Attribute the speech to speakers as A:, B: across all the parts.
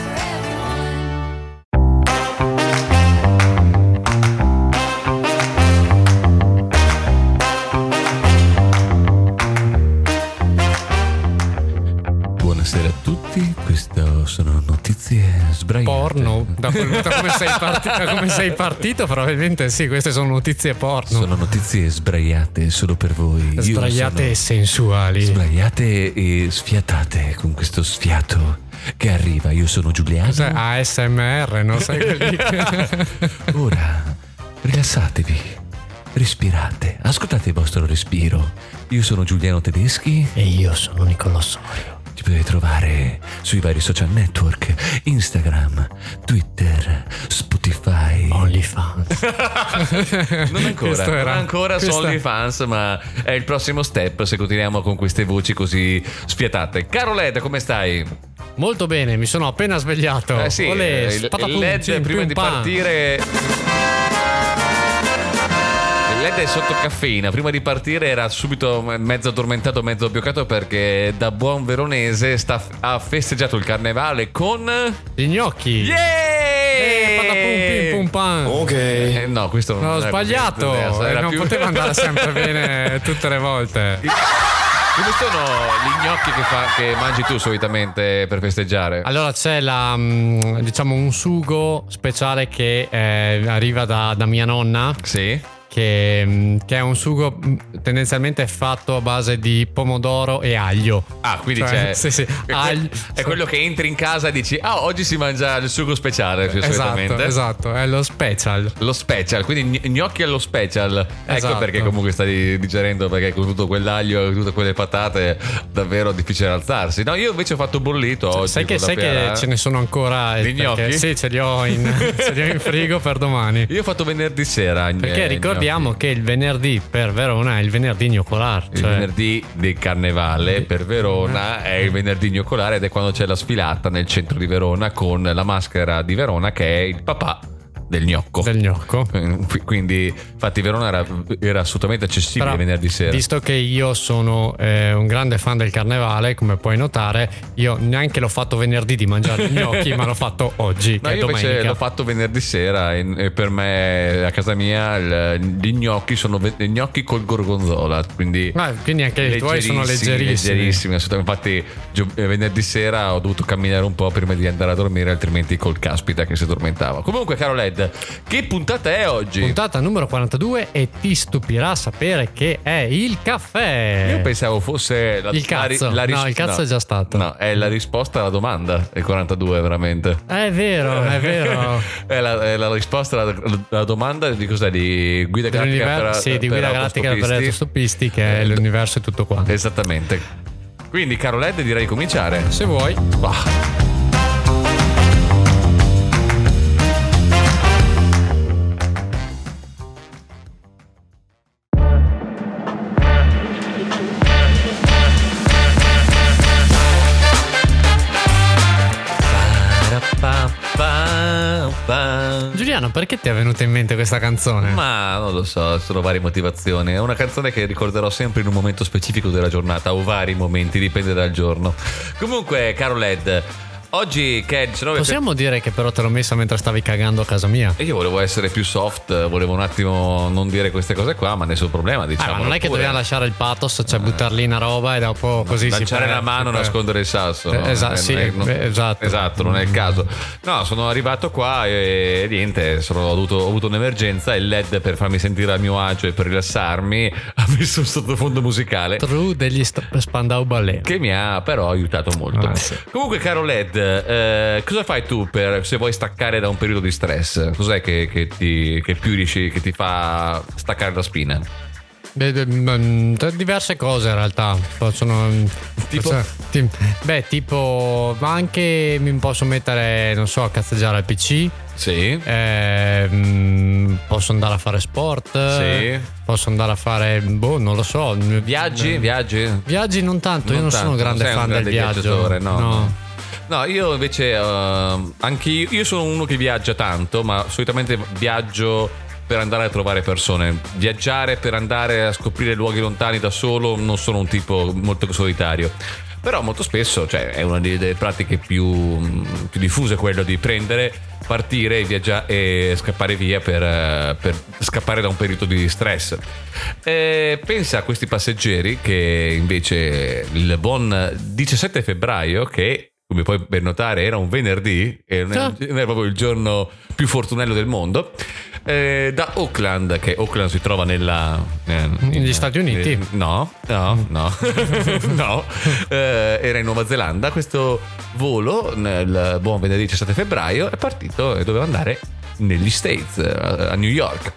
A: for everyone.
B: Buonasera a tutti, queste sono notizie sbraiate.
C: Porno, da, quel- da come sei parti- da come sei partito, probabilmente sì, queste sono notizie porno.
B: Sono notizie sbraiate solo per voi. Io
C: sdraiate e
B: sono
C: sensuali.
B: Sbraiate e sfiatate con questo sfiato che arriva. Io sono Giuliano.
C: Cos'è? ASMR, non sai quelli
B: Ora rilassatevi, respirate, ascoltate il vostro respiro. Io sono Giuliano Tedeschi.
C: E io sono Nicolò Sorio.
B: Ci potete trovare sui vari social network, Instagram, Twitter, Spotify.
C: OnlyFans.
B: Non ancora,
C: Questo
B: non
C: era-
B: ancora su
C: questo-
B: OnlyFans, ma è il prossimo step se continuiamo con queste voci così sfiatate. Caro Led, come stai?
C: Molto bene, mi sono appena svegliato.
B: Eh sì,
C: Olè,
B: eh, il,
C: spatatum,
B: il Led
C: cim,
B: prima
C: pium,
B: di
C: pam.
B: partire... Il Led è sotto caffeina, prima di partire era subito mezzo addormentato, mezzo bioccato perché da buon veronese sta- ha festeggiato il carnevale con...
C: Gli gnocchi. Eh, patapum, pim, pum,
B: Yeah!
C: pam.
B: Eh, no, questo non
C: No, ho
B: era così.
C: sbagliato.
B: Era
C: eh, non
B: più-
C: poteva andare sempre bene tutte le volte.
B: Come sono gli gnocchi che, fa- che mangi tu solitamente per festeggiare?
C: Allora c'è la, mm, diciamo un sugo speciale che eh, arriva da, da mia nonna,
B: Sì?
C: che, mm, che è un sugo mm, tendenzialmente fatto a base di pomodoro e aglio.
B: Ah, quindi
C: Cioè,
B: c'è.
C: sì, sì.
B: È, que-
C: Aglio-
B: è quello che entri in casa e dici: Ah, oggi si mangia il sugo speciale. più
C: Esatto,
B: solitamente.
C: esatto, è lo special.
B: Lo special, quindi gn- gnocchi allo special. Ecco
C: Esatto.
B: perché comunque stai digerendo, perché con tutto quell'aglio e tutte quelle patate davvero difficile alzarsi. No, io invece ho fatto bollito oggi.
C: sai che,
B: con la
C: sai che
B: pera.
C: ce ne sono ancora eh,
B: Gli
C: perché-
B: gnocchi?
C: Sì, ce li ho in, ce li ho in frigo per domani.
B: Io ho fatto venerdì sera. i
C: Perché
B: miei
C: ricordiamo
B: gnocchi.
C: che il venerdì per Verona è il venerdì gnocolar.
B: Il
C: cioè- Eh.
B: venerdì di carnevale per Verona è il venerdì gnoccolare ed è quando c'è la sfilata nel centro di Verona con la maschera di Verona che è il papà del gnocco.
C: del gnocco.
B: Qui- Quindi, infatti, Verona era, era assolutamente accessibile
C: Però,
B: venerdì sera.
C: Visto che io sono eh, un grande fan del carnevale, come puoi notare, io neanche l'ho fatto venerdì di mangiare gli gnocchi, ma l'ho fatto oggi,
B: No,
C: che è
B: io invece
C: domenica.
B: l'ho fatto venerdì sera e, e per me a casa mia il- gli gnocchi sono ve- gli gnocchi col gorgonzola, quindi
C: Ma quindi anche i tuoi sono leggerissimi.
B: leggerissimi, assolutamente. Infatti, gio- eh, venerdì sera ho dovuto camminare un po' prima di andare a dormire, altrimenti col caspita che si addormentava. Comunque, caro Led, che puntata è oggi?
C: Puntata numero 42 e ti stupirà sapere che è il caffè.
B: Io pensavo fosse la,
C: Il
B: la
C: cazzo.
B: ris-
C: No, il cazzo è già stato.
B: No, è la risposta alla domanda. È 42, veramente.
C: È vero, è vero.
B: Eh. è, la, è la risposta alla, alla domanda di cos'è? Di guida galattica
C: Dell'univer-
B: per,
C: sì, di
B: per
C: guida galattica per
B: autostoppisti.
C: autostoppisti, che è l'universo e tutto qua.
B: Esattamente. Quindi, caro Led, direi di cominciare.
C: Se vuoi.
B: Bah.
C: Giuliano, perché ti è venuta in mente questa canzone?
B: Ma non lo so, sono varie motivazioni. È una canzone che ricorderò sempre in un momento specifico della giornata, o vari momenti, dipende dal giorno. Comunque, caro Led, oggi che è il 19 febbraio.
C: Possiamo dire che però te l'ho messa mentre stavi cagando a casa mia?
B: E Io volevo essere più soft, volevo un attimo non dire queste cose qua, ma nessun problema,
C: Ah,
B: diciamo.
C: ma non è che dobbiamo lasciare il pathos, cioè buttar lì una roba e dopo così si
B: Eh. Lanciare
C: perde, Cioè,
B: la mano,
C: si perde.
B: nascondere il sasso.
C: Eh,
B: no?
C: esatto, sì,
B: è- non-
C: eh, esatto.
B: esatto, non è il caso. No, sono arrivato qua e niente, sono- ho, avuto, ho avuto un'emergenza. Il LED per farmi sentire a mio agio e per rilassarmi ha messo un sottofondo musicale.
C: True degli st- Spandau Ballet.
B: Che mi ha però aiutato molto.
C: Ah, sì.
B: Comunque, caro Led, eh, cosa fai tu per, se vuoi staccare da un periodo di stress? Cos'è che, che ti, che più riesci, che ti fa staccare la spina?
C: Beh, de- mm, tra- diverse cose in realtà. Sono,
B: Tipo?
C: sono- ti- beh, tipo, ma anche mi posso mettere, non so, a cazzeggiare al PC.
B: Sì.
C: eh, mm, posso andare a fare sport.
B: Sì.
C: Posso andare a fare, boh, non lo so.
B: Viaggi,
C: Eh,
B: viaggi.
C: Viaggi non tanto, io non
B: tanto,
C: sono un grande
B: sei
C: fan
B: grande
C: del viaggio.
B: viaggiatore, No. No, io invece, ehm, anche io, io sono uno che viaggia tanto, ma solitamente viaggio per andare a trovare persone. Viaggiare per andare a scoprire luoghi lontani da solo non sono un tipo molto solitario. Però molto spesso, cioè, è una delle delle pratiche più, mh, più diffuse quello di prendere, partire e viaggiare e scappare via per, eh, per scappare da un periodo di stress. Eh, pensa a questi passeggeri che invece il buon 17 febbraio, che come puoi ben notare era un venerdì, e non era,
C: Ah.
B: non era proprio il giorno più fortunello del mondo, eh, da Auckland, che Auckland si trova nella... eh,
C: Negli Stati Uniti.
B: no, no, no, no. Eh, era in Nuova Zelanda, questo volo nel buon venerdì 17 febbraio è partito e doveva andare negli States, eh, a New York.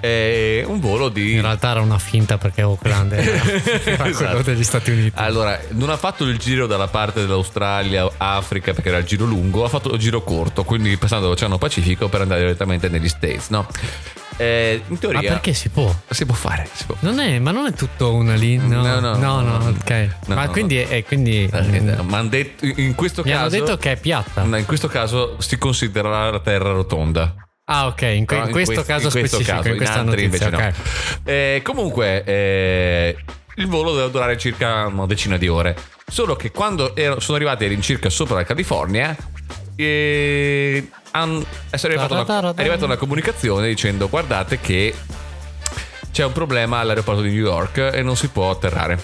B: È un volo di
C: In realtà era una finta perché Auckland era, Ah, era quello
B: Esatto.
C: degli Stati Uniti.
B: Allora, non ha fatto il giro dalla parte dell'Australia, Africa, perché era il giro lungo, ha fatto il giro corto, quindi passando dall'Oceano Pacifico per andare direttamente negli States, no? Eh, in teoria...
C: Ma perché si può?
B: Si può fare, si può fare.
C: Non è, ma non è tutto una linea?
B: Mm, No, no.
C: no, no, ok.
B: No,
C: ma
B: no.
C: quindi, è, quindi
B: Eh,
C: mm,
B: ma han detto- in questo
C: mi
B: caso...
C: hanno detto che è piatta.
B: No, In questo caso si considererà la terra rotonda.
C: Ah, ok, in, que-
B: Però
C: in questo
B: questi-
C: caso
B: in questo
C: specifico,
B: caso,
C: in questa
B: altri
C: notizia,
B: invece no.
C: ok.
B: Eh, comunque, eh, il volo doveva durare circa una decina di ore. Solo che quando ero- sono arrivati all'incirca sopra la California, eh, han- è arrivata una- è arrivata una comunicazione dicendo: Guardate, che c'è un problema all'aeroporto di New York e non si può atterrare.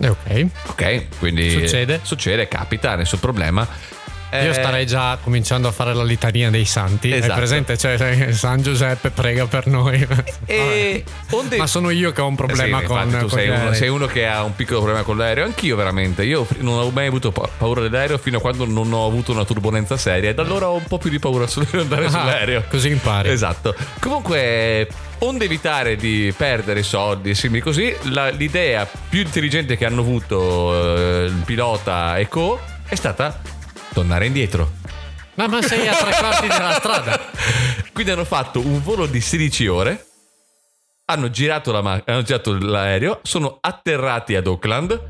C: Eh, ok.
B: Ok, quindi
C: Succede.
B: succede capita, nessun problema.
C: Io
B: Eh,
C: starei già cominciando a fare la litania dei santi. È
B: Esatto.
C: presente? Cioè, San Giuseppe prega per noi.
B: E onde-
C: Ma sono io che ho un problema
B: Eh sì,
C: con,
B: infatti, tu
C: con
B: sei
C: gli
B: uno,
C: aerei.
B: sei uno che ha un piccolo problema con l'aereo anch'io veramente io fr- non ho mai avuto pa- paura dell'aereo fino a quando non ho avuto una turbolenza seria e da allora ho un po' più di paura sull'andare
C: Ah,
B: sull'aereo
C: Così impari.
B: esatto comunque onde evitare di perdere soldi e simili così la- l'idea più intelligente che hanno avuto eh, il pilota e co è stata tornare indietro
C: Ma, ma sei a tre quarti della strada.
B: quindi hanno fatto un volo di 16 ore. Hanno girato, la ma- hanno girato l'aereo. Sono atterrati ad Auckland.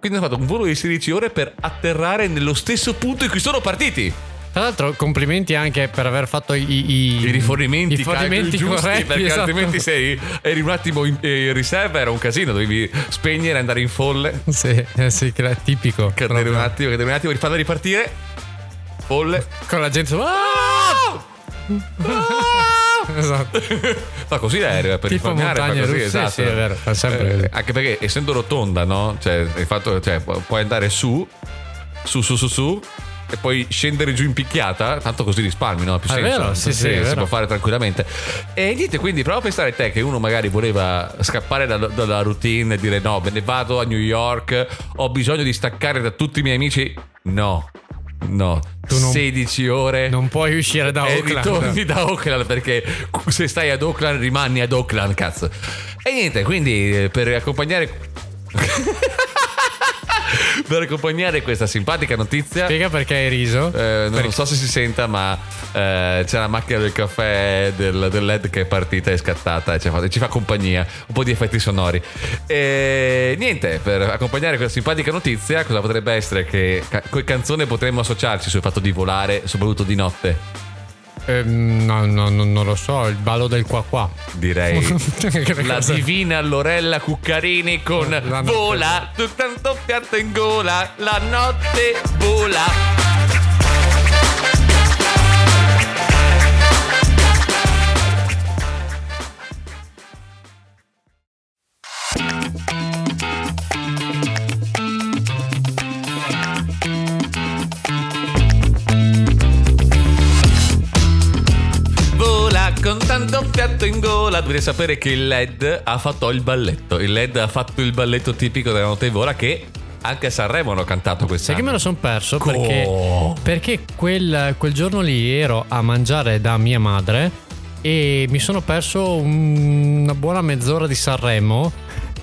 B: Quindi hanno fatto un volo di 16 ore per atterrare nello stesso punto in cui sono partiti.
C: Tra l'altro, complimenti anche per aver fatto i, i,
B: I rifornimenti,
C: i
B: i
C: rifornimenti
B: giusti,
C: corretti.
B: perché
C: esatto.
B: altrimenti sei eri un attimo in, eh, in riserva, era un casino, dovevi spegnere, andare in folle,
C: Sì, eh, sì, che era tipico.
B: cadere
C: proprio.
B: un attimo, cadere un attimo, rifarla ripartire, folle.
C: Con la gente. Ah!
B: Ah! Ah!
C: Esatto.
B: Fa così l'aereo eh, per
C: Tipo
B: risparmiare, fa
C: montagne
B: così,
C: russe,
B: esatto.
C: sì, è vero, fa sempre
B: Eh,
C: così.
B: anche perché essendo rotonda, no? Cioè, il fatto cioè, pu- puoi andare su, su, su, su, su e poi scendere giù in picchiata, tanto così risparmi, no? Ha Più
C: Ah, È
B: senso. Eh,
C: vero, sì, sì, è
B: si
C: vero.
B: può fare tranquillamente. E niente, quindi prova a pensare te che uno magari voleva scappare dalla, dalla routine e dire no, me ne vado a New York, ho bisogno di staccare da tutti i miei amici. No. No,
C: Tu non-
B: 16 ore
C: Non puoi uscire da
B: e
C: Auckland.
B: ritorni da Auckland perché se stai ad Auckland rimani ad Auckland, cazzo. E niente, quindi eh, per accompagnare per accompagnare questa simpatica notizia
C: Spiega perché hai riso.
B: eh, non
C: Perché-
B: so se si senta, ma eh, c'è la macchina del caffè del, del LED che è partita e scattata e ci fa, ci fa compagnia. Un po' di effetti sonori. E niente, per accompagnare questa simpatica notizia, cosa potrebbe essere che ca- con canzone potremmo associarci sul fatto di volare, soprattutto di notte?
C: Ehm, no, no, no, non lo so. Il ballo del qua qua.
B: Direi. La
C: Cosa-
B: divina Lorella Cuccarini con
C: La notte.
B: Vola, tu tanto piatto in gola, la notte vola. Vola con tanto piatto in gola. Dovete sapere che il LED ha fatto il balletto. Il LED ha fatto il balletto tipico della notte in vola che anche a Sanremo hanno cantato questa.
C: Sai che me lo sono perso
B: Co-
C: perché, perché quel, quel giorno lì ero a mangiare da mia madre e mi sono perso un- una buona mezz'ora di Sanremo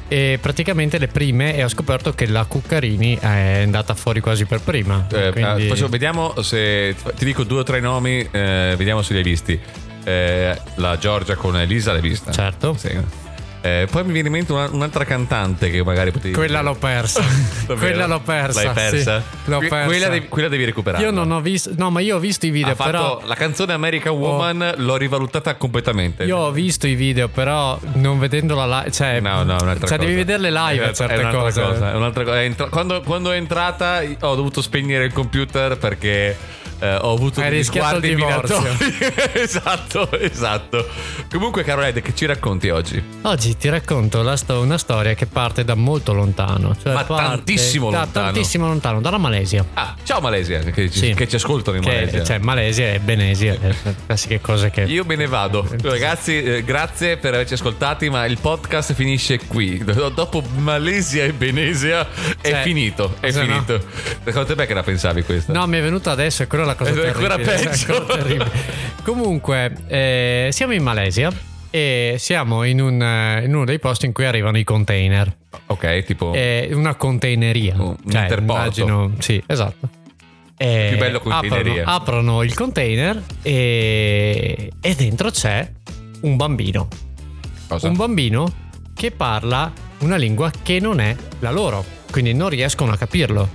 C: e praticamente le prime e ho scoperto che la Cuccarini è andata fuori quasi per prima.
B: Eh,
C: quindi-
B: ah, faccio- vediamo se ti dico due o tre nomi, eh, vediamo se li hai visti. Eh, la Giorgia con Elisa l'hai vista?
C: Certo.
B: Sì. Eh, poi mi viene in mente una- un'altra cantante che magari potevi.
C: Quella l'ho persa.
B: Davvero?
C: quella l'ho persa.
B: L'hai persa?
C: sì. l'ho
B: Que-
C: persa.
B: Quella devi, quella devi recuperare.
C: Io non ho visto, no, ma io ho visto i video,
B: Ha fatto
C: però. Oh.
B: la canzone American Woman l'ho rivalutata completamente.
C: Io ho visto i video, però non vedendola live. Cioè,
B: No, no, è un'altra cosa.
C: cioè devi vederle live
B: È-
C: a certe
B: è un'altra
C: cose.
B: cosa, è un'altra cosa. È entra- quando, quando è entrata ho dovuto spegnere il computer perché eh, ho avuto
C: Hai
B: degli
C: rischiato
B: sguardi
C: il divorzio.
B: minatori. esatto, esatto. Comunque, caro Ed, che ci racconti oggi?
C: Oggi ti racconto la sto- una storia che parte da molto lontano. Cioè
B: Ma
C: parte
B: tantissimo
C: da
B: lontano.
C: tantissimo lontano, dalla Malesia.
B: Ah, ciao Malesia, che ci,
C: Sì.
B: che ci ascoltano in
C: Che-
B: Malesia.
C: Cioè, Malesia e Benesia, eh, classiche cose che.
B: Io me ne vado. Ragazzi, eh, grazie per averci ascoltati, ma il podcast finisce qui. Do- Dopo Malesia e Benesia è
C: Cioè,
B: finito, è
C: se no-
B: finito. Secondo te perché la pensavi questa?
C: No, mi è venuta adesso, è quella la cosa
B: È
C: terribile.
B: ancora
C: cioè,
B: peggio.
C: è ancora terribile. Comunque, eh, siamo in Malesia e siamo in, un, eh, in uno dei posti in cui arrivano i container.
B: Ok, tipo...
C: È Eh, una containeria.
B: Un
C: cioè,
B: interporto.
C: immagino, sì, esatto. E
B: Più bello
C: aprono,
B: containeria.
C: aprono il container e, e dentro c'è un bambino.
B: cosa?
C: Un bambino che parla una lingua che non è la loro, quindi non riescono a capirlo.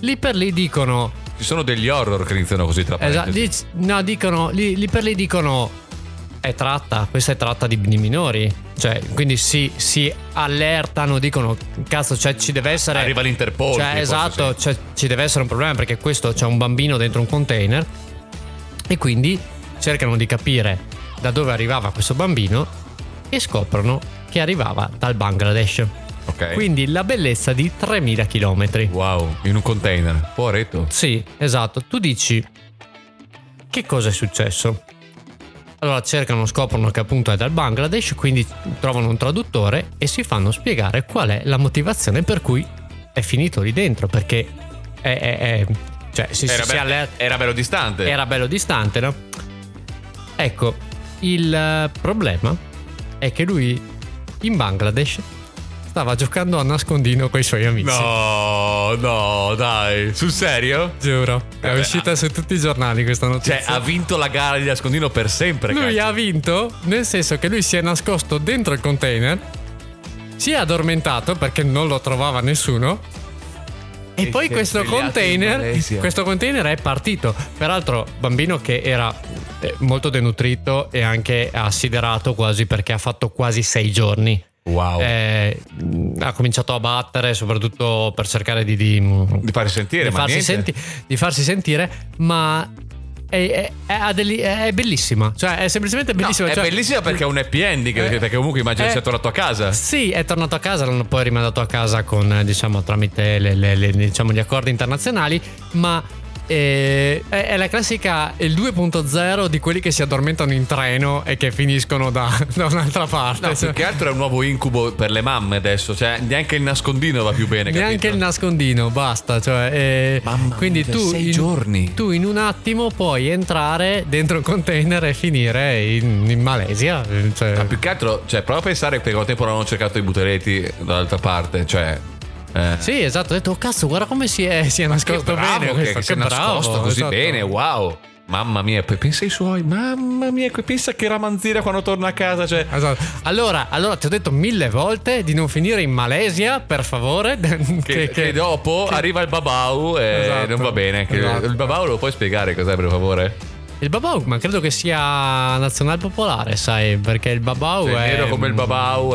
C: Lì per lì dicono,
B: Ci sono degli horror che iniziano così tra
C: Esatto,
B: parentesi.
C: lì, no, dicono, lì, lì per lì dicono è tratta, questa è tratta di, di minori. Cioè, quindi si, si allertano, dicono cazzo, cioè, ci deve essere...
B: Arriva l'Interpol,
C: Cioè,
B: tipo,
C: esatto,
B: sì.
C: cioè, ci deve essere un problema perché questo c'è un bambino dentro un container e quindi cercano di capire da dove arrivava questo bambino e scoprono che arrivava dal Bangladesh.
B: Ok.
C: Quindi la bellezza di 3000 km.
B: Wow, in un container. Poveretto.
C: Sì, esatto. Tu dici che cosa è successo? Allora cercano, scoprono che appunto è dal Bangladesh, quindi trovano un traduttore e si fanno spiegare qual è la motivazione per cui è finito lì dentro, perché è... è- è- cioè, si, si,
B: Era,
C: si
B: be-
C: allerta-
B: era bello distante.
C: era bello distante, no? Ecco, il eh, problema è che lui in Bangladesh stava giocando a nascondino con i suoi amici.
B: No, no, dai. Sul serio?
C: Giuro, è
B: Vabbè, ah.
C: uscita su tutti i giornali questa notizia.
B: Cioè, ha vinto la gara di nascondino per sempre.
C: Lui
B: cazzo.
C: ha vinto nel senso che lui si è nascosto dentro il container, si è addormentato perché non lo trovava nessuno. E,
B: E
C: poi
B: si è
C: questo
B: svegliato in
C: container,
B: Malesia.
C: questo container è partito. Peraltro, bambino che era eh, molto denutrito e anche assiderato quasi perché ha fatto quasi sei giorni.
B: Wow.
C: Eh, mh, ha cominciato a battere, soprattutto per cercare di, di, mh,
B: Di farsi sentire,
C: di
B: ma
C: farsi,
B: niente.
C: senti- di farsi sentire, ma è, è- è- ha degli- è- è bellissima. Cioè, è semplicemente
B: No,
C: bellissima.
B: è
C: cioè-
B: bellissima perché è un happy ending.
C: Eh,
B: perché comunque immagino
C: eh,
B: sia tornato a casa.
C: Sì, è tornato a casa, l'hanno poi rimandato a casa con, eh, diciamo, tramite le- le- le- diciamo, gli accordi internazionali, ma eh, è, è la classica il 2.0 di quelli che si addormentano in treno e che finiscono da, da un'altra parte.
B: No,
C: Cioè,
B: più che altro è un nuovo incubo per le mamme adesso. Cioè, neanche il nascondino va più bene.
C: Neanche il
B: capito?
C: nascondino, basta. Cioè, eh,
B: Mamma mia,
C: quindi tu
B: sei
C: in,
B: giorni.
C: tu in un attimo puoi entrare dentro un container e finire in, in Malesia. eh, cioè.
B: Ma più che altro, cioè, prova a pensare che col tempo l'hanno cercato i buteretti dall'altra parte. Cioè. eh.
C: sì, esatto. Ho detto, "Oh, cazzo, guarda come si è, si è nascosto
B: Che bravo
C: bene.
B: che-
C: questo,
B: che si è
C: bravo,
B: nascosto così
C: esatto.
B: bene, wow. Mamma mia, poi pensa ai suoi, mamma mia, poi pensa che ramanzina quando torna a casa, cioè...
C: Esatto. Allora, allora, ti ho detto mille volte di non finire in Malesia, per favore.
B: Che, che dopo arriva il babau e
C: Esatto.
B: non va bene. Che-
C: Esatto.
B: Il babau lo puoi spiegare cos'è per favore?
C: Il Babau, ma credo che sia nazional popolare, sai, perché il Babau
B: Cioè,
C: è.
B: nero come il babau è...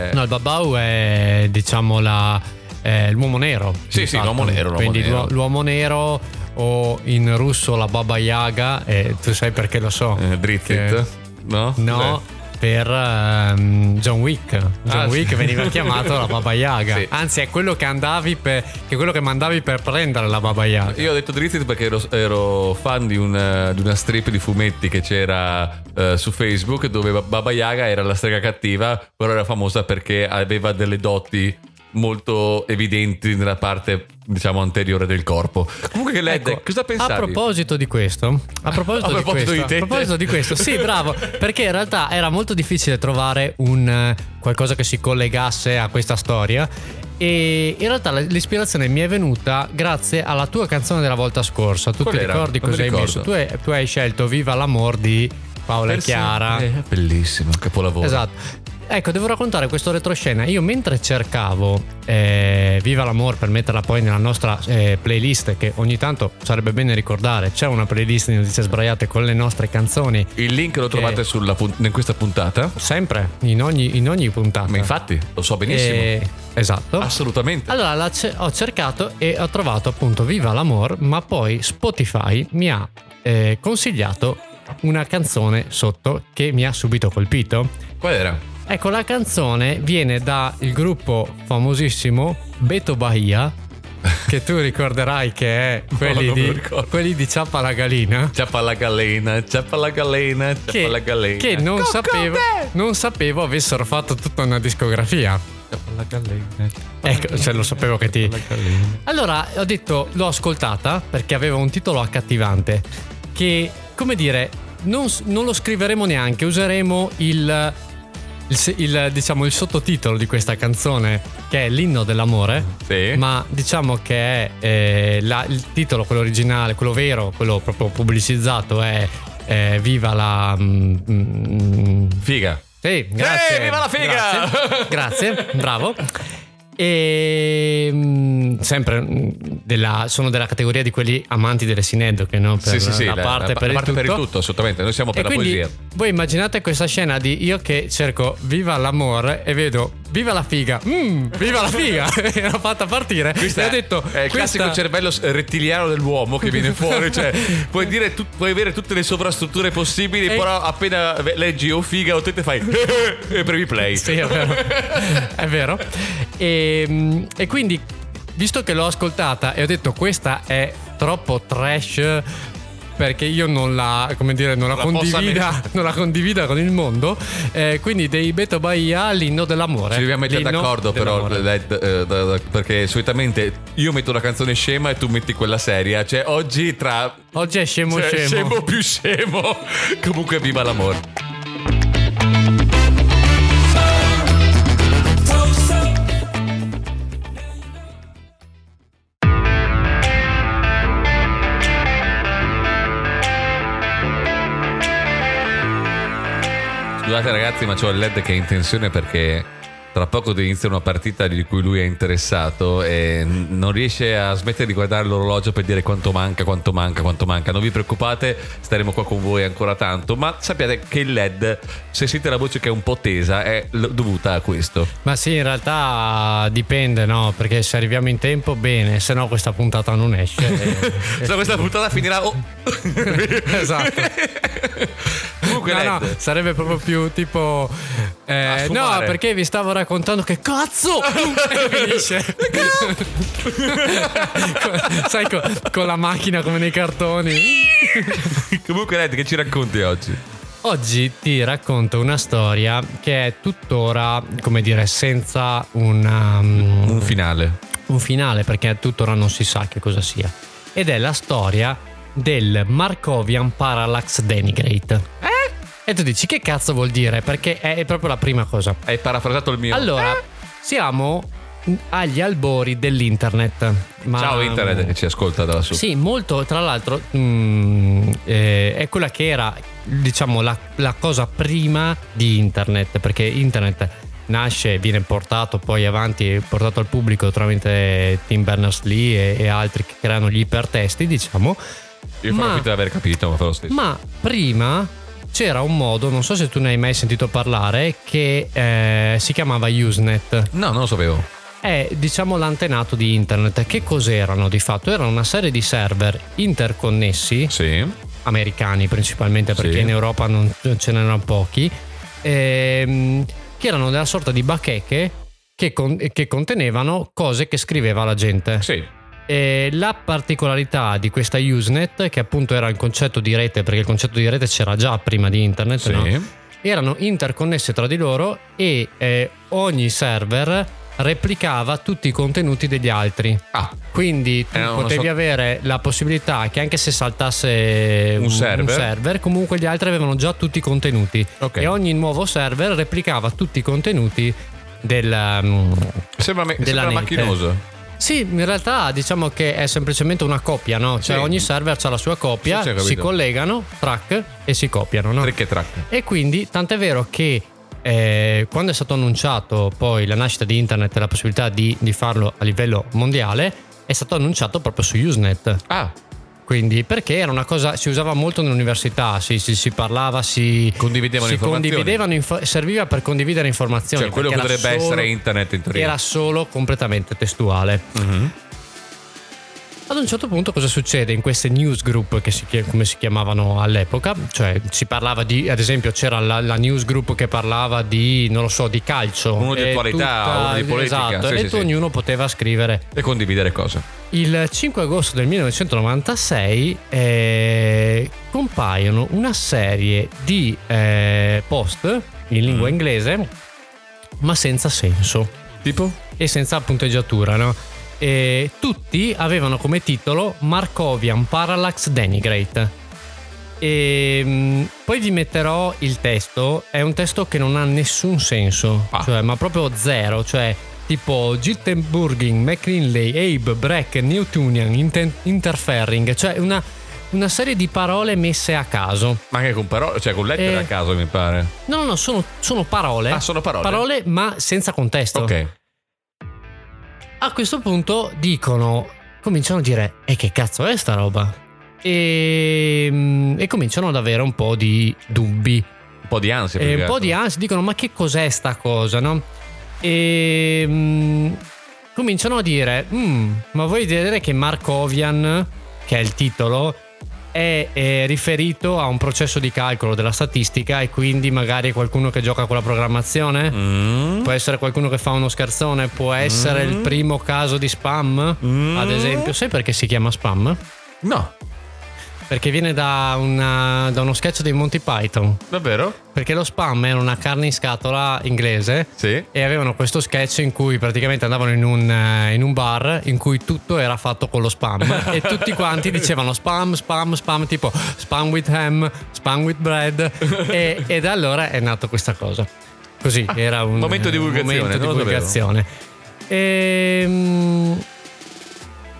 C: Oh, eh, No, il Babau è, diciamo, la, eh, l'uomo nero.
B: Sì,
C: di
B: sì,
C: fatto.
B: l'uomo nero, l'uomo
C: Quindi
B: nero.
C: l'uo- l'uomo nero o in russo la Baba Yaga, e tu sai perché lo so.
B: Eh, Drizzt,
C: Che-
B: no?
C: No, per ehm, John Wick. John
B: Ah, sì.
C: Wick veniva chiamato la Baba Yaga.
B: Sì.
C: Anzi, è quello che andavi per, che è quello che mandavi per prendere la Baba Yaga.
B: Io ho detto Drizzt perché ero, ero fan di una, di una strip di fumetti che c'era eh, su Facebook dove Baba Yaga era la strega cattiva, però era famosa perché aveva delle doti molto evidenti nella parte, diciamo, anteriore del corpo. Comunque, che Led,
C: Ecco,
B: cosa pensavi?
C: A proposito di questo, a proposito,
B: A
C: di,
B: proposito
C: questo,
B: di
C: a
B: tette.
C: proposito di questo, sì, bravo, perché in realtà era molto difficile trovare un eh, qualcosa che si collegasse a questa storia. E in realtà l- l'ispirazione mi è venuta grazie alla tua canzone della volta scorsa. Tu
B: Qual
C: ti
B: era?
C: ricordi
B: Non mi
C: cosa hai
B: ricordo.
C: messo? Tu hai, tu hai scelto Viva l'amor di Paola e
B: Persi-
C: Chiara.
B: Eh, bellissimo, capolavoro.
C: Esatto. Ecco, devo raccontare questo retroscena. Io mentre cercavo eh, Viva l'amor per metterla poi nella nostra eh, playlist, che ogni tanto sarebbe bene ricordare, c'è una playlist di notizie sbraiate con le nostre canzoni,
B: Il link lo trovate sulla pun- in questa puntata.
C: sempre, in ogni, in ogni puntata.
B: Ma infatti, lo so benissimo.
C: Esatto.
B: Ah,
C: Eh, esatto.
B: Assolutamente.
C: Allora la ce- ho cercato e ho trovato appunto Viva l'amor, ma poi Spotify mi ha eh, consigliato una canzone sotto che mi ha subito colpito.
B: Qual era?
C: Ecco, la canzone viene dal gruppo famosissimo Beto Bahia, che tu ricorderai che è quelli,
B: non me lo
C: di,
B: ricordo.
C: quelli di Ciappa la Galina.
B: Ciappa la gallina, ciappa la gallina, ciappa
C: Che,
B: la gallina.
C: che non, sapevo, non sapevo avessero fatto tutta una discografia.
B: Ciappa la gallina.
C: Ecco, se lo sapevo che ti.
B: ciappa la gallina.
C: Allora ho detto, l'ho ascoltata perché aveva un titolo accattivante. Che, come dire, non, s- non lo scriveremo neanche, useremo il, il se- il, diciamo, il sottotitolo di questa canzone, che è l'inno dell'amore.
B: Sì.
C: Ma diciamo che è, eh, la- il titolo, quello originale, quello vero, quello proprio pubblicizzato è eh, Viva la. mm, mm,
B: Figa.
C: sì, grazie.
B: Eh, viva la figa!
C: Grazie, grazie, bravo. E mm, sempre mm, della- sono della categoria di quelli amanti delle sinedoche, no? Per
B: sì, sì, sì.
C: la, parte, per, il
B: per il
C: tutto.
B: tutto, assolutamente. Noi siamo per
C: E
B: la
C: quindi
B: poesia.
C: voi immaginate questa scena di io che cerco viva l'amore e vedo viva la figa, Mm, viva la figa, e l'ho fatta partire
B: Questo
C: e ho
B: è,
C: detto
B: è il
C: "Questa-
B: classico cervello s- rettiliano dell'uomo che viene fuori. cioè, puoi, dire tu- puoi avere tutte le sovrastrutture possibili,
C: E-
B: però appena ve- leggi o figa o te te fai e premi play.
C: Sì, è vero. è vero. E, mm, e quindi, visto che l'ho ascoltata e ho detto questa è troppo trash perché io non la, come dire, non la,
B: La posso
C: condivida,
B: ammettere.
C: non la condivida con il mondo, eh, quindi dei Beto Bahia l'inno dell'amore.
B: Ci dobbiamo mettere
C: L'inno
B: d'accordo, però,
C: Eh, dell'amore.
B: Led, eh, da- da- perché solitamente io metto una canzone scema e tu metti quella seria. Cioè, oggi tra.
C: Oggi è scemo
B: cioè,
C: scemo.
B: scemo più scemo. Comunque, viva l'amore. Scusate ragazzi, ma c'ho il LED che è in tensione perché tra poco inizia una partita di cui lui è interessato e n- non riesce a smettere di guardare l'orologio per dire quanto manca, quanto manca, quanto manca. Non vi preoccupate, staremo qua con voi ancora tanto, ma sappiate che il LED, se sentite la voce che è un po' tesa, è l- dovuta a questo.
C: Ma sì, in realtà dipende, no? Perché se arriviamo in tempo, bene, se no questa puntata non esce.
B: Se no Cioè, questa puntata finirà... oh.
C: Esatto.
B: Comunque
C: No,
B: LED...
C: no, sarebbe proprio più tipo. eh,
B: A
C: no,
B: sfumare.
C: perché vi stavo raccontando che cazzo! e finisce. Con- Sai, con, con la macchina come nei cartoni.
B: Comunque LED, che ci racconti oggi?
C: Oggi ti racconto una storia che è tuttora, come dire, senza una, um,
B: Un finale.
C: un finale, perché tuttora non si sa che cosa sia. Ed è la storia del Markovian Parallax Denigrate.
B: Eh?
C: E tu dici che cazzo vuol dire? Perché è è proprio la prima cosa.
B: Hai parafrasato il mio...
C: Allora, siamo agli albori dell'internet. Ma- mm,
B: Ciao internet che ci ascolta dalla sua...
C: Sì, molto, tra l'altro, mm, eh, è quella che era, diciamo, la, la cosa prima di internet, perché internet nasce, viene portato poi avanti, portato al pubblico tramite Tim Berners-Lee e, e altri che creano gli ipertesti, diciamo,
B: Io farò
C: Ma-
B: finta di aver capito, ma farò lo stesso.
C: ma prima c'era un modo, non so se tu ne hai mai sentito parlare, che eh, si chiamava Usenet.
B: No, non lo sapevo.
C: è diciamo l'antenato di internet. Che cos'erano di fatto? Erano una serie di server interconnessi,
B: Sì.
C: Eh, americani principalmente perché
B: Sì.
C: in Europa non non ce n'erano pochi, ehm, che erano una sorta di bacheche che, con- che contenevano cose che scriveva la gente.
B: Sì.
C: E la particolarità di questa Usenet, che appunto era il concetto di rete, perché il concetto di rete c'era già prima di internet,
B: Sì.
C: no? erano interconnesse tra di loro e eh, ogni server replicava tutti i contenuti degli altri.
B: Ah,
C: Quindi tu
B: Era una
C: potevi
B: sorta-
C: avere la possibilità che anche se saltasse
B: Un server.
C: comunque gli altri avevano già tutti i contenuti.
B: Ok.
C: E ogni nuovo server replicava tutti i contenuti del... mm,
B: sembra, me-
C: Della
B: sembra
C: eh. nete.
B: macchinoso.
C: Sì, in realtà diciamo che è semplicemente una copia, no? Cioè
B: Sì.
C: ogni server ha la sua copia,
B: Sì, sì, ho
C: si
B: capito.
C: collegano, track e si copiano, no?
B: Trick e track.
C: E quindi, tant'è vero che eh, quando è stato annunciato poi la nascita di internet e la possibilità di, di farlo a livello mondiale, è stato annunciato proprio su Usenet.
B: Ah,
C: Quindi, perché era una cosa si usava molto nell'università, si, si- si parlava, si
B: Condividevano
C: si
B: informazioni.
C: condividevano info- serviva per condividere informazioni.
B: cioè quello che
C: perché era
B: dovrebbe
C: solo-
B: essere internet in teoria.
C: Era solo completamente testuale.
B: Mhm.
C: Ad un certo punto cosa succede in queste newsgroup che si, chi- come si chiamavano all'epoca? Cioè si parlava di, ad esempio c'era la, la newsgroup che parlava di, non lo so, di calcio.
B: Uno di
C: e
B: attualità, uno di politica,
C: Esatto,
B: sì,
C: e
B: sì, sì.
C: ognuno poteva scrivere.
B: E condividere cose.
C: Il 5 agosto del 1996 eh, compaiono una serie di eh, post in lingua
B: Mm.
C: inglese ma senza senso
B: Tipo?
C: e senza punteggiatura, no? E tutti avevano come titolo Markovian Parallax Denigrate. E mh, poi vi metterò il testo, è un testo che non ha nessun senso,
B: Ah.
C: cioè, ma proprio zero, cioè tipo Gittenburging, McKinley, Abe, Breck, Newtonian, Inten- Interfering, cioè una, una serie di parole messe a caso.
B: Ma anche con parole, cioè con lettere
C: Eh.
B: a caso mi pare.
C: No, no, no, sono, sono parole.
B: Ah, sono parole.
C: Parole ma senza contesto.
B: Ok.
C: A questo punto dicono, cominciano a dire, e che cazzo è sta roba? Ehm, E, e cominciano ad avere un po' di dubbi,
B: Un po' di ansia.
C: e
B: più che
C: Eh, un po'
B: altro.
C: di ansia, dicono, ma che cos'è sta cosa, no? E mm, cominciano a dire, "Mm, ma vuoi vedere che Markovian, che è il titolo, è, è riferito a un processo di calcolo della statistica e quindi magari è qualcuno che gioca con la programmazione?
B: Mm.
C: Può essere qualcuno che fa uno scherzone, può essere il primo caso di spam,
B: Mm.
C: ad esempio. Sai perché si chiama spam?
B: No,
C: Perché viene da, una- da uno sketch dei Monty Python.
B: davvero?
C: Perché lo spam era una carne in scatola inglese
B: Sì.
C: e avevano questo sketch in cui praticamente andavano in un, eh, in un bar in cui tutto era fatto con lo spam e tutti quanti dicevano spam, spam, spam, tipo spam with ham, spam with bread e, e da allora è nata questa cosa. Così era un
B: Ah, momento
C: eh,
B: divulgazione,
C: momento
B: non lo sapevo.
C: divulgazione. Ehm,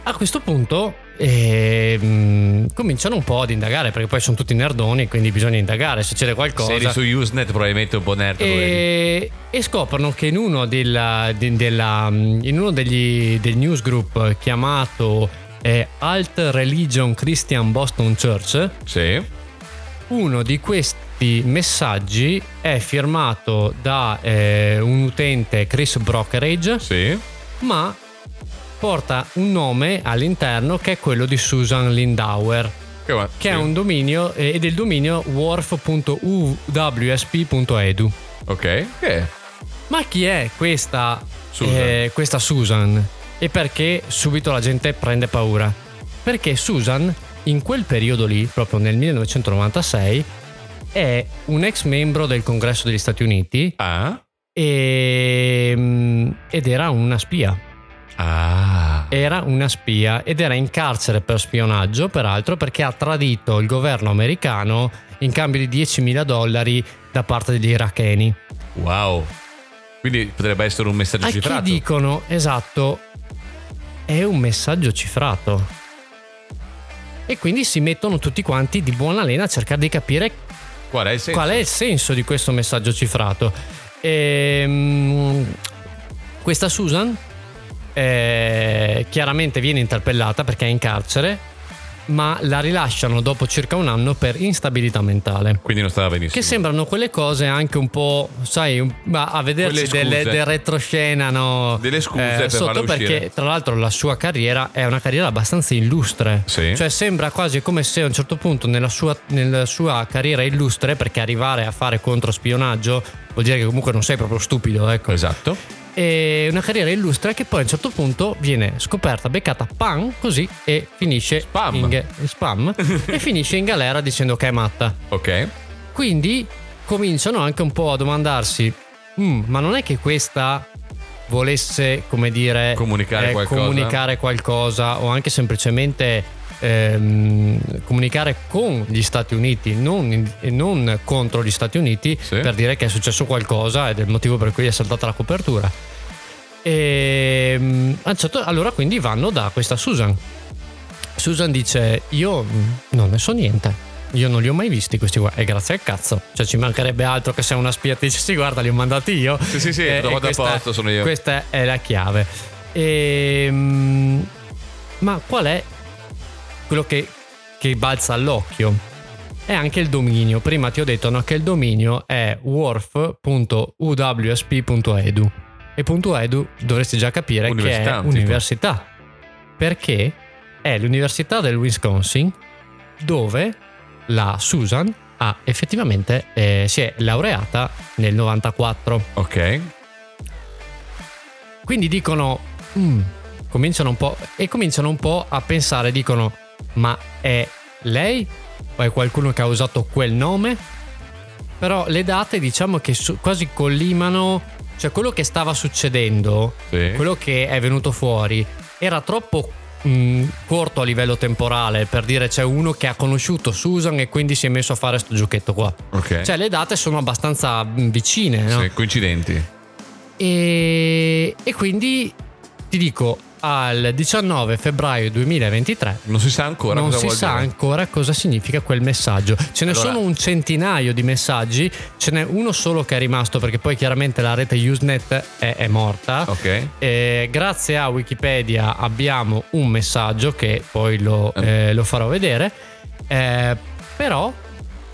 C: a questo punto ehm, cominciano un po' ad indagare perché poi sono tutti nerdoni quindi bisogna indagare se c'è qualcosa
B: Seri su Usenet probabilmente un po' nerd. lo vedi.
C: e, e scoprono che in uno, della- de- della- mm, in uno degli, del newsgroup chiamato eh, Alt Religion Christian Boston Church,
B: Sì.
C: uno di questi messaggi è firmato da eh, un utente Chris Brokerage,
B: Sì.
C: ma porta un nome all'interno che è quello di Susan Lindauer
B: Che, va-
C: che è
B: sì.
C: un dominio eh, ed è il dominio wharf.uwsp.edu
B: Ok. Che è?
C: ma chi è questa
B: Susan.
C: eh, questa Susan? E perché subito la gente prende paura? Perché Susan, in quel periodo lì, proprio nel 1996, è un ex membro del congresso degli Stati Uniti
B: Ah.
C: e- ed era una spia.
B: Ah.
C: Era una spia ed era in carcere per spionaggio, peraltro, perché ha tradito il governo americano in cambio di 10.000 dollari da parte degli iracheni.
B: Wow. Quindi potrebbe essere un messaggio
C: a
B: cifrato.
C: chi dicono esatto è un messaggio cifrato e quindi si mettono tutti quanti di buona lena a cercare di capire
B: Qual è il senso?
C: qual è il senso di questo messaggio cifrato Ehm, questa Susan eh, chiaramente viene interpellata perché è in carcere ma la rilasciano dopo circa un anno per instabilità mentale
B: Quindi non stava benissimo.
C: che sembrano quelle cose anche un po', sai, un- ma a vederci
B: Quelle
C: delle,
B: scuse.
C: del retroscena, no? Eh,
B: Delle scuse per farle
C: sotto
B: uscire.
C: perché tra l'altro la sua carriera è una carriera abbastanza illustre.
B: Sì.
C: Cioè sembra quasi come se a un certo punto nella sua, nella sua carriera illustre, perché arrivare a fare controspionaggio vuol dire che comunque non sei proprio stupido, ecco.
B: Esatto.
C: E una carriera illustre che poi a un certo punto viene scoperta, beccata, pan, così, e finisce
B: Spam.
C: in ga- spam, e finisce in galera dicendo che è matta.
B: Ok.
C: Quindi cominciano anche un po' a domandarsi: "Mm, ma non è che questa volesse, come dire, eh,
B: Comunicare qualcosa.
C: comunicare qualcosa o anche semplicemente ehm, comunicare con gli Stati Uniti, non, in- e non contro gli Stati Uniti,
B: Sì.
C: per dire che è successo qualcosa ed è il motivo per cui è saltata la copertura. E, mm, a un certo- allora quindi vanno da questa Susan. Susan dice: Io mm, non ne so niente. Io non li ho mai visti questi qua. E grazie al cazzo. Cioè, ci mancherebbe altro che se una spia ti dice: Sì, guarda, li ho mandati io.
B: Sì, sì, sì,
C: E-
B: tutto
C: e
B: fatto
C: questa-
B: apposta, sono io.
C: Questa è la chiave. Ehm, ma qual è quello che, che balza all'occhio? È anche il dominio. Prima ti ho detto no, che il dominio è worf.uwsp.edu. E punto edu dovresti già capire che
B: Università,
C: è
B: tipo.
C: università. Perché è l'università del Wisconsin dove la Susan ha effettivamente eh, si è laureata nel 94.
B: Ok.
C: Quindi dicono, "Mm", cominciano un po' e cominciano un po' a pensare, dicono, ma è lei o è qualcuno che ha usato quel nome? Però le date diciamo che su- quasi collimano, cioè quello che stava succedendo,
B: Sì.
C: quello che è venuto fuori, era troppo mm, corto a livello temporale per dire c'è uno che ha conosciuto Susan e quindi si è messo a fare sto giochetto qua.
B: Ok.
C: Cioè le date sono abbastanza mm, vicine, no?
B: Sì, coincidenti.
C: E, e quindi ti dico al 19 febbraio 2023
B: Non si sa ancora
C: non
B: cosa
C: si
B: vuol
C: sa
B: dire.
C: ancora cosa significa quel messaggio. Ce ne
B: Allora-
C: sono un centinaio di messaggi, ce n'è uno solo che è rimasto perché poi chiaramente la rete Usenet è, è morta.
B: Ok.
C: Eh, grazie a Wikipedia abbiamo un messaggio che poi lo, eh, lo farò vedere, Eh, però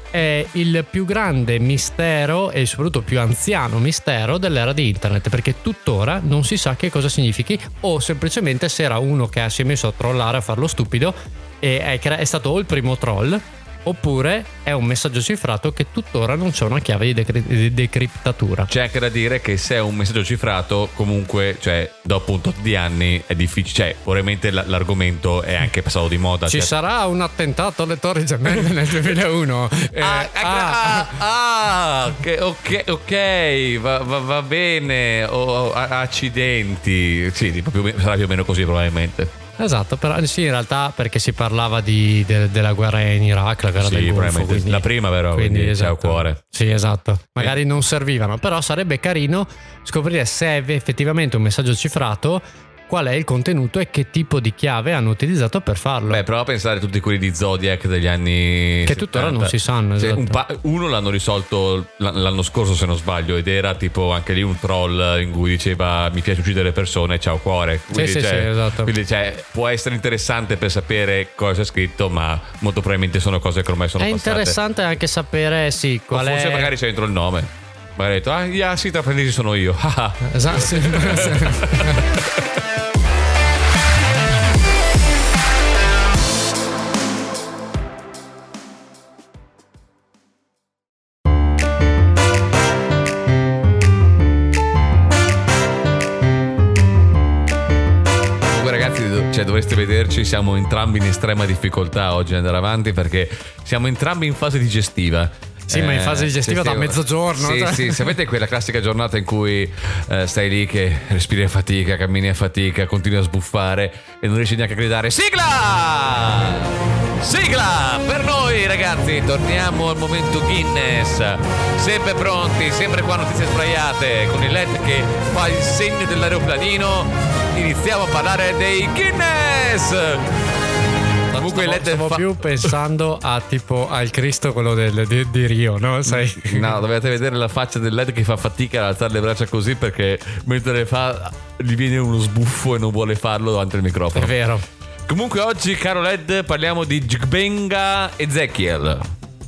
C: è il più grande mistero e soprattutto più anziano mistero dell'era di internet perché tuttora non si sa che cosa significhi o semplicemente se era uno che si è messo a trollare a far lo stupido e è, cre- è stato o il primo troll oppure è un messaggio cifrato che tuttora non c'è una chiave di, decri- di decriptatura.
B: C'è anche da dire che se è un messaggio cifrato, comunque, cioè, dopo un tot di anni è difficile. Cioè, ovviamente l- l'argomento è anche passato di moda.
C: Ci
B: cioè-
C: sarà un attentato alle Torri Gemelle nel 2001. Eh,
B: Ah, ah,
C: ah,
B: ah, ah, ok, ok, ok, va, va- va bene. Oh, oh, a- accidenti. Sì, tipo, più o me- sarà più o meno così, probabilmente.
C: Esatto, però sì, in realtà perché si parlava di- de- della guerra in Iraq, la guerra
B: Sì,
C: del Golfo.
B: probabilmente.
C: Quindi,
B: La prima, però, quindi c'è
C: esatto.
B: a cuore. Eh.
C: Sì, esatto. Magari non servivano, però sarebbe carino scoprire se è effettivamente un messaggio cifrato, qual è il contenuto e che tipo di chiave hanno utilizzato per farlo.
B: Beh, prova a pensare a tutti quelli di Zodiac degli anni.
C: Che tuttora
B: 70.
C: non si sanno,
B: Cioè,
C: esatto.
B: un pa- uno l'hanno risolto l- l'anno scorso, se non sbaglio, ed era tipo anche lì un troll in cui diceva mi piace uccidere le persone, ciao cuore. Quindi,
C: sì,
B: cioè-
C: sì, esatto.
B: Quindi cioè, può essere interessante per sapere cosa è scritto, ma molto probabilmente sono cose che ormai sono
C: è
B: passate.
C: interessante anche sapere, sì,
B: O
C: qual
B: forse
C: è.
B: magari c'è dentro il nome. Magari hai detto, ah, yeah, sì, traprendisi sono io. Ah, ah.
C: Esatto. sì.
B: Comunque ragazzi, do- cioè, dovreste vederci, siamo entrambi in estrema difficoltà oggi ad andare avanti perché siamo entrambi in fase digestiva. Eh,
C: Sì, ma in fase digestiva da mezzogiorno,
B: Sì,
C: cioè.
B: sì, sapete quella classica giornata in cui eh, stai lì che respiri a fatica, cammini a fatica, continui a sbuffare e non riesci neanche a gridare Sigla! Sigla per noi ragazzi, torniamo al momento Guinness, sempre pronti, sempre qua notizie sbraiate, con il LED che fa il segno dell'aeroplanino, iniziamo a parlare dei Guinness! Comunque il
C: Stavo-
B: LED
C: stavo
B: fa...
C: più pensando a tipo al Cristo quello del- di, di Rio, no? Sai?
B: No, dovete vedere la faccia del LED che fa fatica ad alzare le braccia così perché mentre le fa gli viene uno sbuffo e non vuole farlo davanti al
C: È
B: microfono.
C: vero.
B: Comunque oggi, caro LED, parliamo di Jgbenga Ezekiel.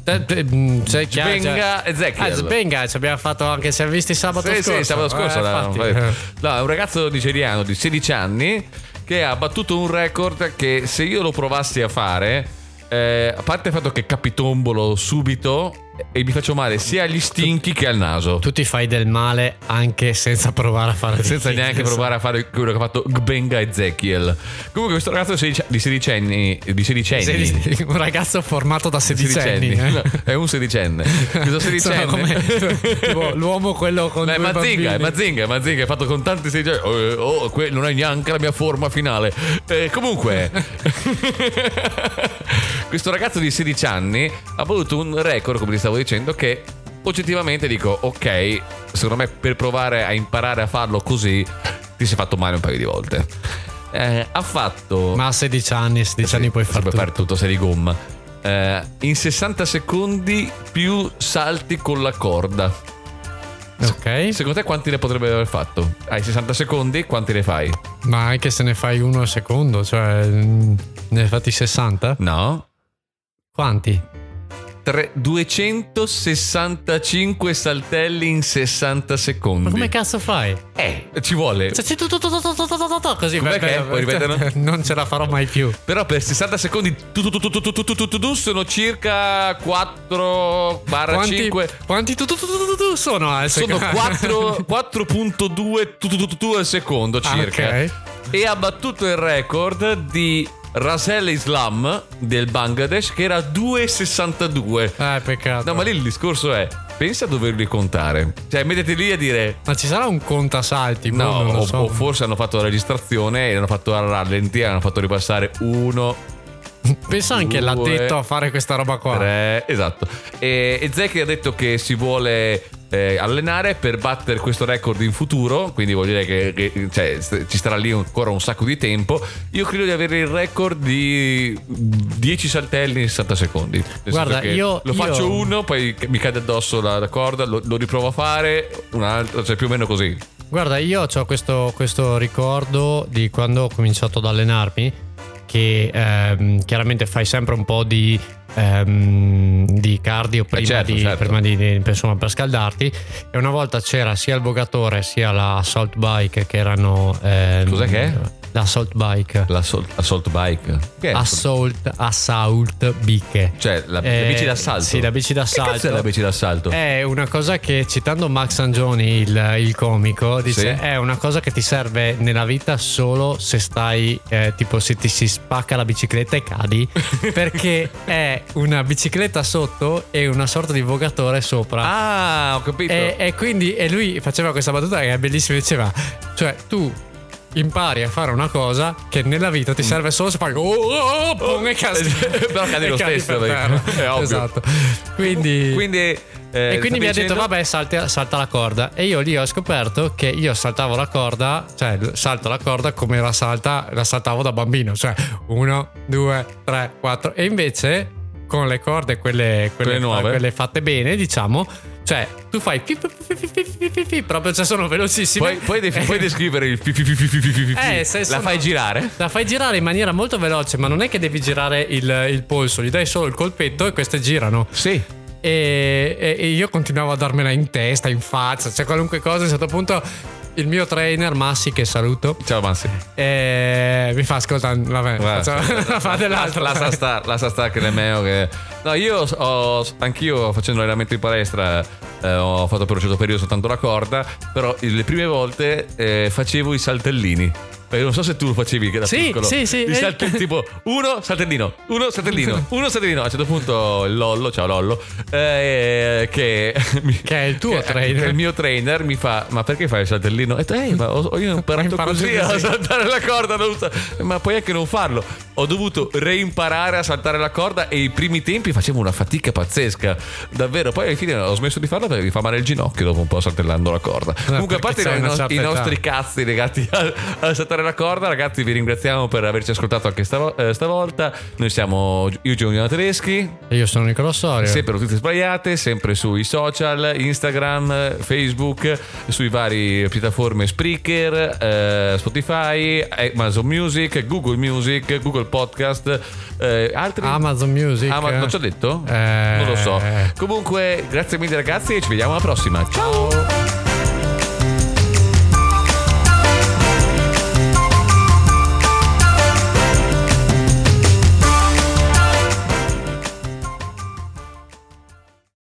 C: Eh, eh, mm, C'è chi ha-
B: Zbenga
C: c'è-
B: e Zekiel.
C: Ah, Zbenga, ci abbiamo fatto anche, ci abbiamo visti sabato
B: Sì,
C: scorso.
B: sì, sabato scorso.
C: Eh,
B: no,
C: infatti.
B: no, no, è un ragazzo nigeriano di 16 anni che ha battuto un record che se io lo provassi a fare, eh, a parte il fatto che capitombolo subito, e mi faccio male sia agli stinchi che al naso.
C: Tu ti fai del male anche senza provare a fare
B: senza
C: del
B: neanche
C: fitness.
B: provare a fare quello che ha fatto Gbenga Ezekiel. Comunque questo ragazzo di 16 di sedicenni, di sedicenni,
C: Sei un ragazzo formato da sedicenni.
B: sedicenni.
C: eh.
B: No, è un sedicenne. Questo sedicenne.
C: Sono come- tipo, l'uomo quello con
B: Ma è
C: due
B: Mazinga, è
C: bambini.
B: Mazinga, è Mazinga, è fatto con tanti sedicenni. Oh, oh, que- non è neanche la mia forma finale. Eh, comunque, questo ragazzo di 16 anni ha voluto un record, come ti stavo dicendo, che oggettivamente dico, ok, secondo me per provare a imparare a farlo così ti sei fatto male un paio di volte. Eh, ha fatto...
C: Ma a 16 anni, 16 anni puoi
B: Sì,
C: fare
B: puoi
C: tutto.
B: fare tutto sei di gomma. Eh, in 60 secondi più salti con la corda.
C: Ok,
B: Secondo te quanti ne potrebbe aver fatto? Hai 60 secondi, quanti ne fai?
C: ma anche se ne fai uno al secondo, cioè mm, ne hai fatti 60?
B: No.
C: Quanti?
B: Tre- 265 saltelli in 60
C: Ma
B: secondi.
C: come cazzo fai?
B: Eh, ci vuole.
C: Cioè, c'è tutto, tutto, tutto, tutto, tutto, tutto, così
B: Com'è che è? Puoi ripeterlo?
C: Non ce la farò mai più.
B: Però per 60 secondi tu, tu, tu, tu, tu, tu, tu, tu, tu, tu, tu, sono circa 4 barra
C: Quanti,
B: 5
C: quanti tu, tu, tu, tu, tu, tu sono al
B: sono
C: secondo?
B: 4 4.2 tu, tu, tu, tu, tu al secondo
C: Ah,
B: circa.
C: ok.
B: E ha battuto il record di Rasel Islam del Bangladesh che era 2.62.
C: Eh, peccato.
B: No, ma lì il discorso è: pensa a doverli contare. Cioè, mettete lì a dire.
C: Ma ci sarà un contasalti? boh,
B: No,
C: non lo
B: o,
C: so.
B: o forse hanno fatto la registrazione e l'hanno fatto a rallenti, hanno fatto ripassare uno,
C: Pensa anche
B: Due,
C: l'addetto a fare questa roba qua.
B: tre, esatto. E, e Zeki ha detto che si vuole eh, allenare per battere questo record in futuro, quindi vuol dire che, che- cioè, st- ci starà lì ancora un sacco di tempo. Io credo di avere il record di 10 saltelli in 60 secondi. Nel senso
C: Guarda,
B: che
C: io-
B: lo faccio
C: io-
B: uno, poi mi cade addosso la, la corda, lo, lo riprovo a fare, un altro, cioè più o meno così.
C: Guarda, io ho questo, questo ricordo di quando ho cominciato ad allenarmi, che ehm, chiaramente fai sempre un po' di, ehm, di cardio prima,
B: certo,
C: di,
B: certo.
C: prima di- di- per- insomma, per scaldarti. E una volta c'era sia il vogatore sia la salt bike che erano... ehm,
B: Cos'è che è?
C: La salt bike.
B: L'assault, assault bike. Che è?
C: Assault, assault, bicche.
B: Cioè, la, la
C: Eh,
B: bici d'assalto.
C: sì, la bici d'assalto.
B: Che cazzo è la bici d'assalto?
C: È una cosa che, citando Max Angioni, il, il comico, dice:
B: Sì.
C: È una cosa che ti serve nella vita solo se stai, eh, tipo, se ti si spacca la bicicletta e cadi, perché è una bicicletta sotto e una sorta di vogatore sopra.
B: Ah, ho capito.
C: E, e quindi e lui faceva questa battuta che è bellissima, diceva, cioè tu impari a fare una cosa che nella vita ti serve solo se fai oh, oh, oh, boom, e cadi,
B: Mm. Però cadi lo
C: e
B: stesso,
C: per
B: dai.
C: terra.
B: È ovvio.
C: Esatto. Quindi,
B: Quindi, eh,
C: e
B: stavi
C: quindi mi ha
B: dicendo-
C: detto vabbè salta, salta la corda e io lì ho scoperto che io saltavo la corda, cioè salto la corda come la salta, la saltavo da bambino, cioè 1, 2, 3, 4 e invece con le corde quelle, quelle,
B: Quelle nuove.
C: quelle fatte bene diciamo, cioè tu fai pi- pi- pi- pi- pi- pi- pi- pi- proprio cioè sono velocissime.
B: Puoi, puoi def-
C: Eh,
B: puoi descrivere il fi- fi- fi- fi- fi- fi- fi-
C: eh,
B: fi-
C: se
B: La
C: sono-
B: fai girare?
C: La fai girare in maniera molto veloce, ma non è che devi girare il, il polso, gli dai solo il colpetto e queste girano.
B: Sì.
C: e, e- e io continuavo a darmela in testa, in faccia, cioè qualunque cosa. A un certo punto il mio trainer Massi, che saluto,
B: Ciao Massi.
C: eh, mi fa ascolta, vabbè,
B: Guarda,
C: faccio- fa dell'altro.
B: La sa star, la sa star che nemmeno che... No, io ho, anch'io facendo allenamento in palestra eh, ho fatto per un certo periodo soltanto la corda, però le prime volte eh, facevo i saltellini. Eh, non so se tu lo facevi che da
C: Sì,
B: piccolo.
C: sì, sì,
B: I
C: eh.
B: saltellini, tipo uno saltellino, uno saltellino, uno saltellino. A un certo punto il Lollo, ciao Lollo, eh, che, mi-
C: Che è il tuo
B: che-
C: trainer.
B: che il mio trainer mi fa, ma perché fai il saltellino? E ho detto, "Eh, ma ho, ho- io ho imparato
C: imparato
B: così a
C: così."
B: saltare la corda, non so- ma poi anche non farlo. Ho dovuto reimparare a saltare la corda e i primi tempi facevo una fatica pazzesca, davvero. Poi alla fine ho smesso di farlo perché mi fa male il ginocchio dopo un po' saltellando la corda. Comunque, a parte
C: Esatto,
B: i,
C: perché c'hai una
B: no-
C: certa
B: i
C: età.
B: nostri cazzi legati a, a saltare la corda, ragazzi, vi ringraziamo per averci ascoltato anche stavo- eh, stavolta. Noi siamo io, Giovanni Tedeschi,
C: Io sono Nicolò Sorio.
B: sempre notizie sbagliate, sempre sui social, Instagram, Facebook, sui vari piattaforme Spreaker, eh, Spotify, eh, Amazon Music, Google Music, Google Podcast, eh, altri
C: Amazon Music.
B: Ah, ma non ci ho detto?
C: Eh.
B: Non lo so. Comunque, grazie mille ragazzi e ci vediamo alla prossima. Ciao.
C: Ciao.